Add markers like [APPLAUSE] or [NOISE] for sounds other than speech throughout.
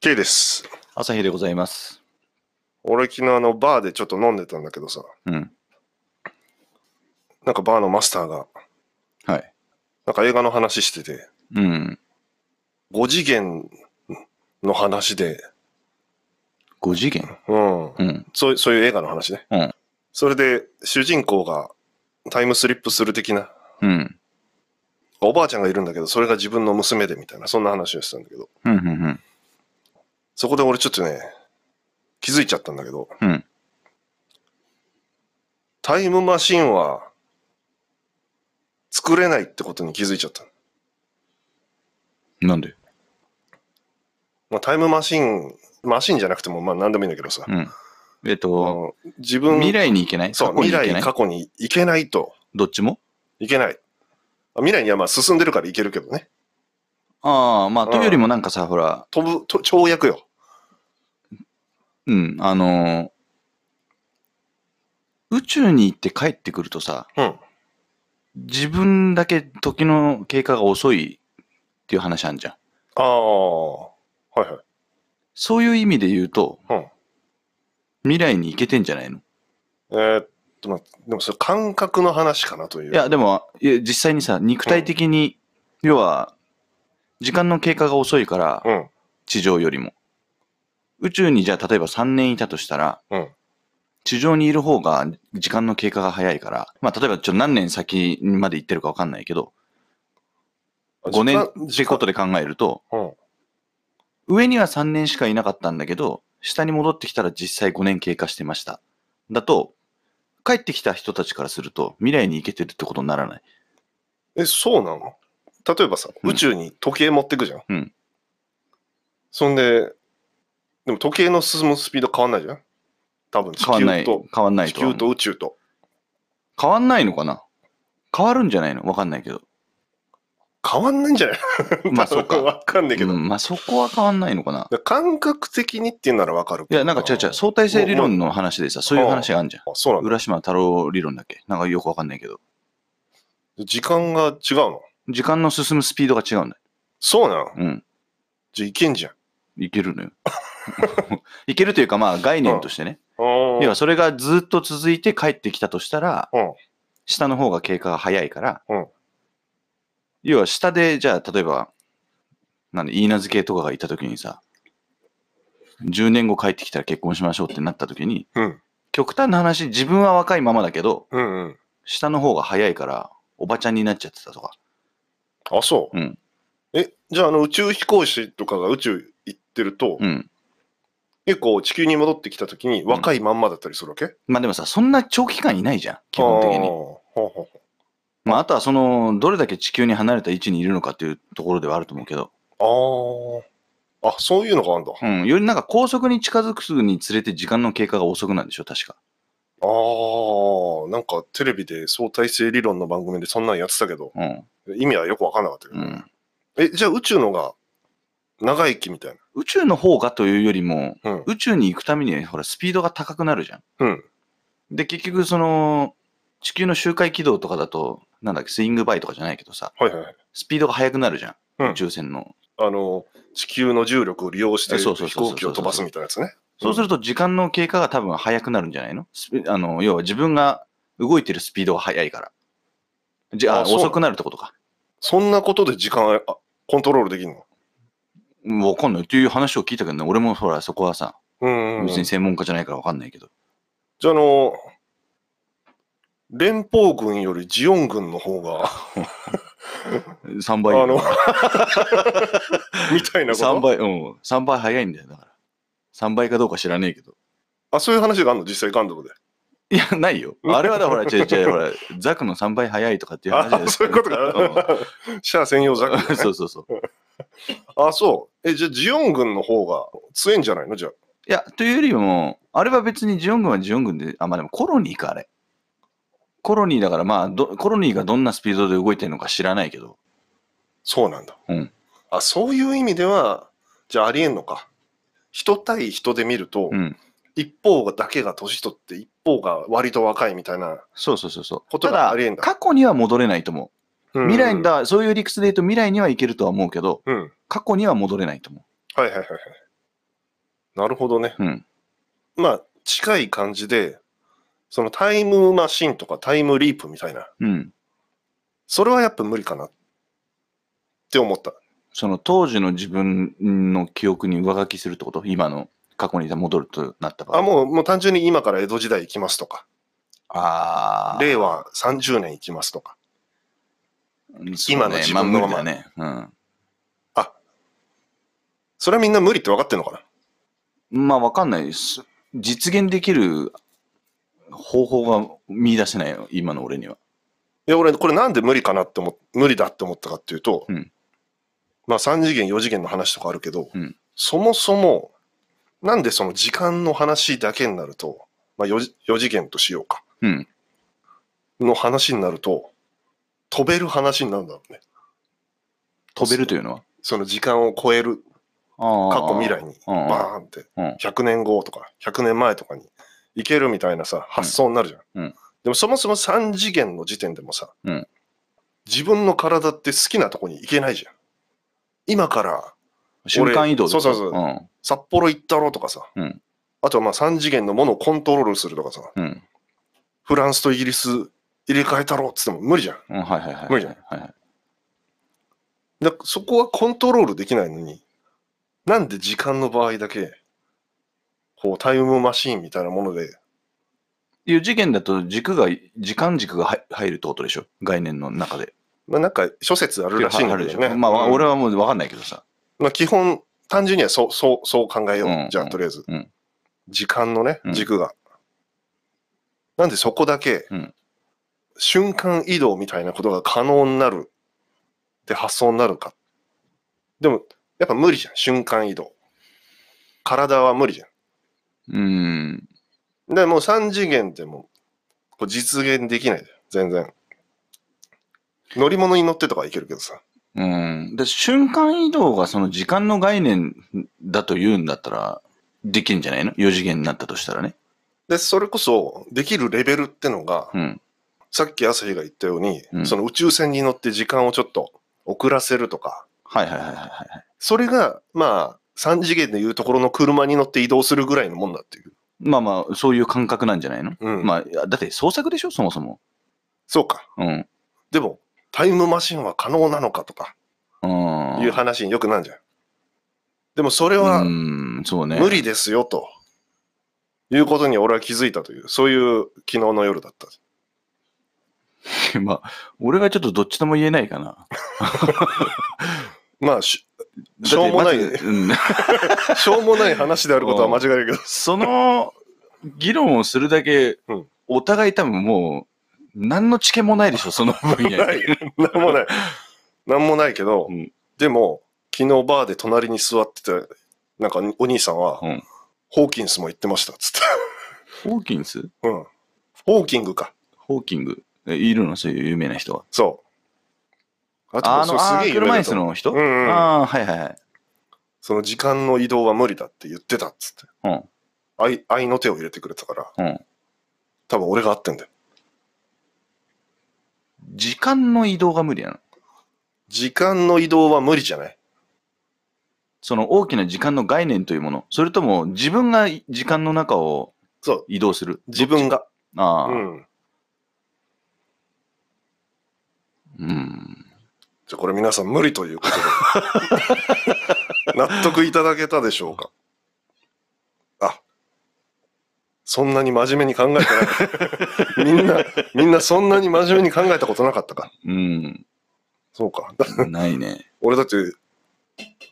K です。朝日でございます。俺昨日あのバーでちょっと飲んでたんだけどさ、うん。なんかバーのマスターが、はい。なんか映画の話してて、うん。 5次元の話で、 5次元うん、うん。そうそういう映画の話ね。うんそれで主人公がタイムスリップする的な、うん。おばあちゃんがいるんだけど、それが自分の娘でみたいな、そんな話をしてたんだけど、うん。うん。そこで俺ちょっとね、気づいちゃったんだけど、うんタイムマシンは作れないってことに気づいちゃった。うん。なんでまあ、タイムマシン、マシンじゃなくても、まあ何でもいいんだけどさ、うん。えっあと、の自分、未来に行けないそう、過去未に行けな来、い過去に行けないと、どっちもいけない。あ未来にはまあ進んでるから行けるけどね。ああ、まあ、うんというよりもなんかさ、ほら、飛ぶ、と跳躍よ。うん、あのー宇宙に行って帰ってくるとさ、うん自分だけ時の経過が遅いっていう話あんじゃん。ああ、はいはい。そういう意味で言うと、うん未来に行けてんじゃないのえーっと、まあ、でもそれ感覚の話かなという。いや、でも、いや実際にさ、肉体的に、要は、時間の経過が遅いから、うん。地上よりも。宇宙にじゃあ、例えば3年いたとしたら、うん地上にいる方が時間の経過が早いから、まあ、例えばちょっと何年先まで行ってるか分かんないけど、5年ってことで。で考えると、うん。上には3年しかいなかったんだけど、下に戻ってきたら実際5年経過してました。だと、帰ってきた人たちからすると、未来に行けてるってことにならない。え、そうなの例えばさ、うん宇宙に時計持ってくじゃん。うんそんで、でも時計の進むスピード変わんないじゃん多分地変わんな球い。と、変わんない地とは思球うと宇宙と。変わんないのかな変わるんじゃないのわかんないけど。変わんないんじゃない [LAUGHS] まあそっか。わかんないけど。うんまあそこは変わんないのかな。で感覚的にっていうならわかるいけどや、なんか違う違う。相対性理論の話でさ、そういう話があるじゃん。あそうなんだ。浦島太郎理論だっけなんかよくわかんないけど。時間が違うの時間の進むスピードが違うんだよ。そうなのうん。じゃあいけんじゃん。いけ [LAUGHS] るのよ。いけるというか、まあ概念としてね。あー要はそれがずっと続いて帰ってきたとしたら、うん下の方が経過が早いから、うん要は下で、じゃあ例えば、なんで、いいなずけとかがいたときにさ、10年後帰ってきたら結婚しましょうってなったときに、うん極端な話、自分は若いままだけど、うんうん。下の方が早いから、おばちゃんになっちゃってたとか。あ、そう。うん。え、じゃああの宇宙飛行士とかが宇宙行ってると、うん。結構地球に戻ってきた時に若いまんまだったりするわけ、まあでもさ、そんな長期間いないじゃん、基本的あーに。ほうほうまああとはその、どれだけ地球に離れた位置にいるのかっていうところではあると思うけど、ほうあーあ、そういうのがあるんだ。あうん、よりなんか高速に近づくにつれて時間の経過が遅くなるんでしょ、確か。あ、なんかテレビで相対性理論の番組でそんなんやってたけど、うん。意味はよくわかんなかったけうど、ん、え、じゃあ宇宙のが長生きみたい宇宙の方がというよりも、な。うん。宇宙に行くためにはほら、スピードが高くなるじゃん。うん。で、結局、その、地球の周回軌道とかだと、なんだっけ、スイングバイとかじゃないけどさ、はいはいはい。スピードが速くなるじゃん。うん宇宙船の。あの、地球の重力を利用してえ飛そうそうそうそ行う機を飛ばすみたいなやつね。そうすると時間の経過が多分速くなるんじゃないのスピあの、要は自分が動いてるスピードが速いから。じゃあ、あそう遅くなるってことか。そんなことで時間あコントロールできるのうんわかんないっていう話を聞いたけどね、俺もほら、そこはさ、うんうんうん。別に専門家じゃないからわかんないけど。じゃあ、あの、連邦軍よりジオン軍の方が、 3倍あの、 [LAUGHS] みたいなこ3と倍、うん、三倍早いんだよ、だから。3倍かどうか知らねえけど。あ、そういう話があるの実際ガンダムで。いや、ないよ。あれはだ、ほら、ちょいちょい、ほら、ザクの3倍早いとかっていう話あ、ですそういうことか。シャア専用ザク。うん [LAUGHS] そうそうそう。あ、そう。え、じゃあジオン軍の方が強いんじゃないのじゃあ。いや、というよりも、あれは別にジオン軍はジオン軍で、あ、まあでもコロニーか、あれ。コロニーだから、まあど、コロニーがどんなスピードで動いてるのか知らないけど、そうなんだ。うんあ、そういう意味では、じゃあありえんのか。人対人で見ると、うん。一方だけが年取って、一方が割と若いみたいな。そうそうそうそう。ことがありえんだ過去には戻れないと思う。未来に、だ。だ、そういう理屈で言うと未来には行けるとは思うけど、うん。過去には戻れないと思う。はいはいはいはい。なるほどね。うん。まあ、近い感じで、そのタイムマシンとかタイムリープみたいな、うん。それはやっぱ無理かなって思った。その当時の自分の記憶に上書きするってこと今の過去に戻るとなった場合。あ、もう、もう単純に今から江戸時代行きますとか、あー令和30年行きますとか。そう今の自分のままあ無理だね。うん。それはみんな無理って分かってんのかなまあわかんないです。実現できる方法が見出せないよ、今の俺には。いや、俺、これなんで無理かなって思っ、無理だって思ったかっていうと、うんまあ3次元、4次元の話とかあるけど、うんそもそも、なんでその時間の話だけになると、まあ 4, 4次元としようか、うん。の話になると、飛べる話になるんだろうね。飛べるというのは。その時間を超える、あ過ー去未来に、うんうんバーンって、うん100年後とか、100年前とかに行けるみたいなさ、発想になるじゃん。うんうんでもそもそも3次元の時点でもさ、うん自分の体って好きなとこに行けないじゃん。今から瞬間移動そうそうそううん。札幌行ったろうとかさ、うんあとはまあ3次元のものをコントロールするとかさ、うん。フランスとイギリス入れ替えたろうっつっても無理じゃん。うん、はいはいはい。無理じゃんはいはい。だそこはコントロールできないのに、なんで時間の場合だけ、こうタイムマシーンみたいなものでいう事件だと軸が、時間軸が入入るってことでしょ概念の中で。まあ、なんか諸説あるらしいんだ入るでけしどね。ょまあ、うん俺はもうわかんないけどさ。まあ、基本、単純にはそうそうそう考えよう。うんじゃあ、うんとりあえず、うん時間のねう、ん軸が。なんでそこだけ、うん瞬間移動みたいなことが可能になるって発想になるか。でも、やっぱ無理じゃん、瞬間移動。体は無理じゃうん。ん。でもう3次元でもこう実現できないじゃん、全然。乗り物に乗ってとかはいけるけどさ。うん。で、瞬間移動がその時間の概念だと言うんだったら、できんじゃないの ?4 次元になったとしたらね。で、それこそ、できるレベルってのが、うん。さっき朝日が言ったように、うんその宇宙船に乗って時間をちょっと遅らせるとか、はいはいはいはいはい。それが、まあ、3次元でいうところの車に乗って移動するぐらいのもんだっていう。まあまあ、そういう感覚なんじゃないの、うん。まあいや、だって創作でしょ、そもそも。そうか。うん。でも、タイムマシンは可能なのかとかうん。いう話によくなるじゃん。でも、それはうん、そうね。無理ですよと。いうことに俺は気づいたという、そういう昨日の夜だった。 [LAUGHS] まあ、俺はちょっとどっちとも言えないかな。まあ、し [LAUGHS] しょうもないだってまずうん、しょうもない話であることは間違いないけど、その議論をするだけ、うんお互い多分もう、何の知見もないでしょ、その分野 [LAUGHS] ない。なんもない。なんもないけど、うんでも、昨日バーで隣に座ってた、なんかお兄さんは、うんホーキンスも言ってました、つって。 [LAUGHS] ホーキンスうん。ホーキングか。ホーキング。えいるのそういう有名な人は。そう。あああと、の、そうあすげーえ夢車だ椅と子の人、うんうんああ、はいはいはい。その時間の移動は無理だって言ってた、っつって。うん愛愛の手を入れてくれたから、うん多分俺が合ってんだよ。時間の移動が無理なの。時間の移動は無理じゃないその大きな時間の概念というもの、それとも自分が時間の中をそう移動する。自分が。ああ、ううん。ん。じゃあこれ皆さん無理ということで。納得いただけたでしょうかあ、そんなに真面目に考えてない。みんな、みんなそんなに真面目に考えたことなかったか。うん。そうか。だないね。俺だって、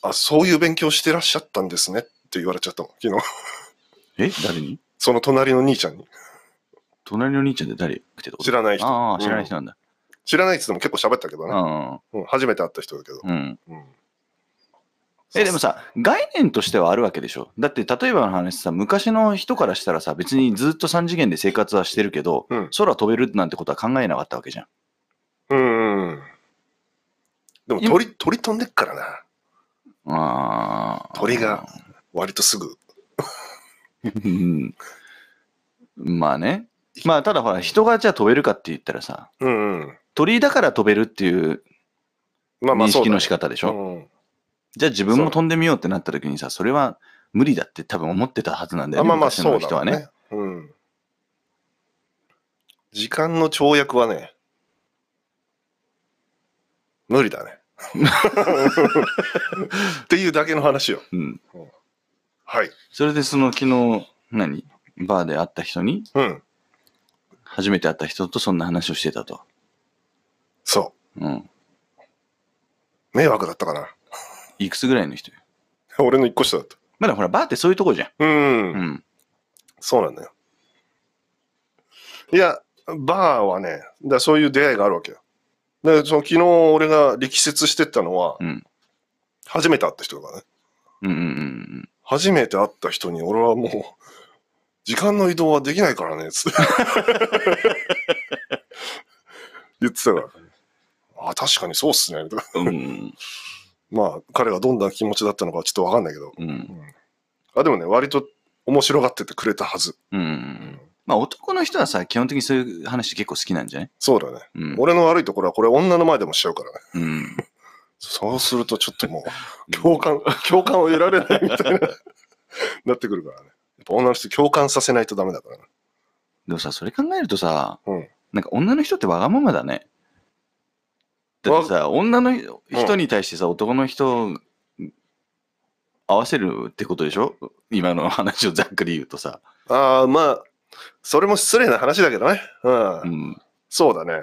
あ、そういう勉強してらっしゃったんですねって言われちゃったもん、昨日。え誰にその隣の兄ちゃんに。隣の兄ちゃんって誰来てた知らない人。ああ、知らなういん人なんだ。知らないって言っても結構喋ったけどうね。ん。うん、初めて会った人だけど。うん。うん、え、でもさ、概念としてはあるわけでしょ。だって、例えばの話さ、昔の人からしたらさ、別にずっと3次元で生活はしてるけど、うん空飛べるなんてことは考えなかったわけじゃん。うんうん。でも鳥、鳥飛んでっからな。ああ。鳥が。割とすぐ。うんまあね。まあ、ただほら、人がじゃあ飛べるかって言ったらさ、うんうん。鳥だから飛べるっていうまあまあ認そうだね、識の仕方でしょ。うんじゃあ自分も飛んでみようってなった時にさ、それは無理だって多分思ってたはずなんだよあね。まあまあ昔そのうだ人ろはうね。ね。うん。時間の跳躍はね、無理 [LAUGHS] だね。っていうだけの話よ。うん。はい。それでその昨日、何バーで会った人に、うん。初めて会った人とそんな話をしてたと。そうん。う。迷惑だったかな。いくつぐらいの人よ俺の一個下だった。まだほら、バーってそういうとこじゃん。うん。うん。そうなんだよ。いや、バーはね、だからそういう出会いがあるわけよ。で、その昨日俺が力説してったのは、うん初めて会った人だからね。うんうんうん初めて会った人に俺はもう、時間の移動はできないからね、 [LAUGHS] つって。言ってたから。あ、確かにそうっすね。とかうん。うん。まあ、彼がどんな気持ちだったのかはちょっとわかんないけど。うん。あ、でもね、割と面白がっててくれたはず。うん。まあ男の人はさ、基本的にそういう話結構好きなんじゃないそうだね。うん。俺の悪いところはこれ女の前でもしちゃうからね。うん。そうするとちょっともう、共感、共感を得られないみたいな、 [LAUGHS] なってくるからね。やっぱ女の人共感させないとダメだからね。でもさ、それ考えるとさ、うんなんか女の人ってわがままだね。だってさ、女の人に対してさ、男の人合わせるってことでしょ今の話をざっくり言うとさ。ああ、まあ、それも失礼な話だけどね。うん。うん。そうだね。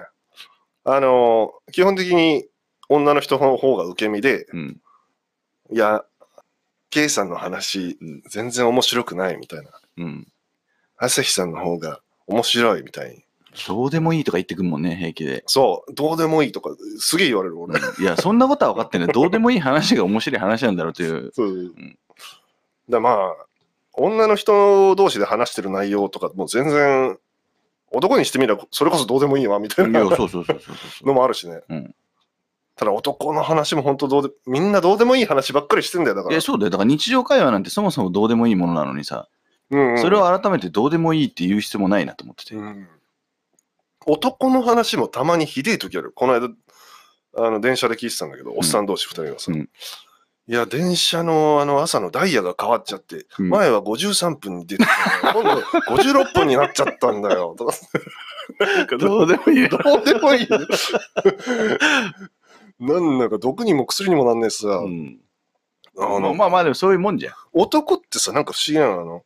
あの、基本的に女の人の方が受け身で、うん。いや、K さんの話、全然面白くないみたいな。うん。朝日さんの方が面白いみたいに。どうでもいいとか言ってくんもんね、平気で。そう、どうでもいいとか、すげえ言われる俺。うんいや、そんなことは分かってんだよどうでもいい話が面白い話なんだろうという。そう。だまあ、女の人同士で話してる内容とか、もう全然、男にしてみれば、それこそどうでもいいわ、みいたいや、な [LAUGHS] そうそうそうそうそうそのもあるしね。うんただ男の話も本当どうで、みんなどうでもいい話ばっかりしてんだよ、だか [LAUGHS] う。いらや、。そうだよ。だから日常会話なんてそもそもどうでもいいものなのにさ、うんうんそれを改めてどうでもいいって言う必要もないなと思ってて。うん男の話もたまにひでえ時ある。この間、あの、電車で聞いてたんだけど、おっさん同士二人がさ、うんいや、電車のあの朝のダイヤが変わっちゃって、うん前は53分に出てたのが今度56分になっちゃったんだ [LAUGHS] よ、とか。なんかどうどうでもいい。でもいい。なんだか毒にも薬にもなんねえしさ、うんあの、まあまあでもそういうもん [LAUGHS] じゃん。男ってさ、なんか不思議なの、あの、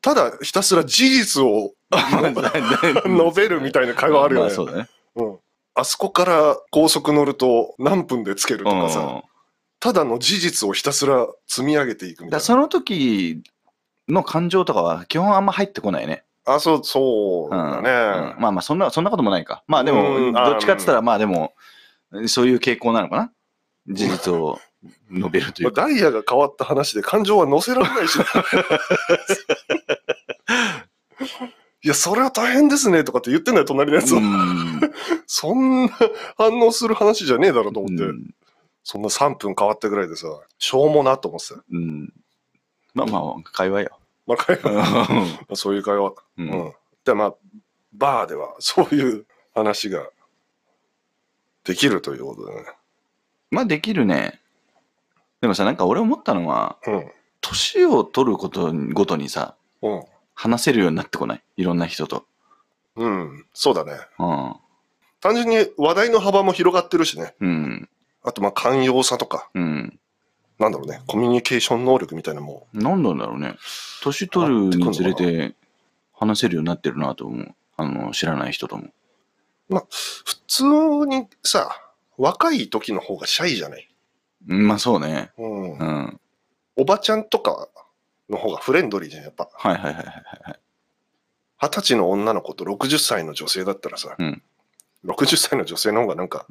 ただひたすら事実を述べるみたいな会話あるよね。まそうだね。うん、あそこから高速乗ると何分でつけるとうんかさ、ただの事実をひたすら積み上げていくみだたかいらな。その時の感情とかは基本あんま入ってこないね。あ、そう、そうだね。うんまあまあそんな、そんなこともないか。まあでも、うんどっちかって言ったらまあでも、そういう傾向なのかな。事実を述べるといまうあ [LAUGHS] か。ダイヤが変わった話で感情は乗せられ [LAUGHS] ないし、いや、それは大変ですねとかって言ってんだよ、隣のやつは。うんそんな反応する話じゃねえだろうと思って、うんそんな3分変わったぐらいでさ、しょうもなと思ってたよ。うんまあまあ、会話 [LAUGHS] よ。まあ、会話うそういう会話。うんん。で、まあ、バーでは [LAUGHS] そういう話ができるということだね。まあできるね。でもさ、なんか俺思ったのは、年を取ることごとにさ、うん。うん。話せるようになってこないいろんな人と。うん。そうだね。うん。単純に話題の幅も広がってるしね。うん。あと、まあ、寛容さとか、うん。なんだろうね、コミュニケーション能力みたいなのもなんなんだろうね。年取るにつれて話せるようになってるなと思う。あの、知らない人とも。普通にさ、若い時の方がシャイじゃない。うんまあそうね。うんう。ん。おばちゃんとかの方がフレンドリーじゃん、やっぱ。はいはいはいはいはい。二十歳の女の子と60歳の女性だったらさ、うん60歳の女性の方がなんか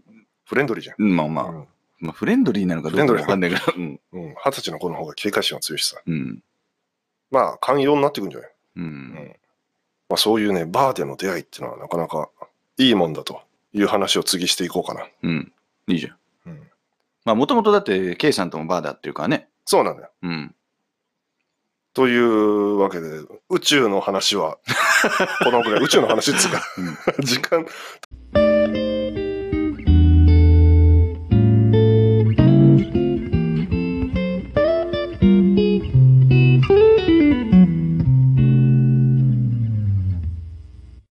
フレンドリーじゃん。うんまあまあ、うんまあ、フレンドリーなのかどうかわかんないから。うん。うん、二十歳の子の方が警戒心は強いしさ。うん。まあ、寛容になってくんじゃない、ううんん。まあ、そういうね、バーでの出会いっていうのはなかなかいいもんだという話を次していこうかな。うん。いいじゃん。うんまあもともとだって、K さんともバーだっていうからね。そうなんだよ。うん。というわ [LAUGHS] けで、宇宙の話は、このぐらい、宇宙の話っつうか、時間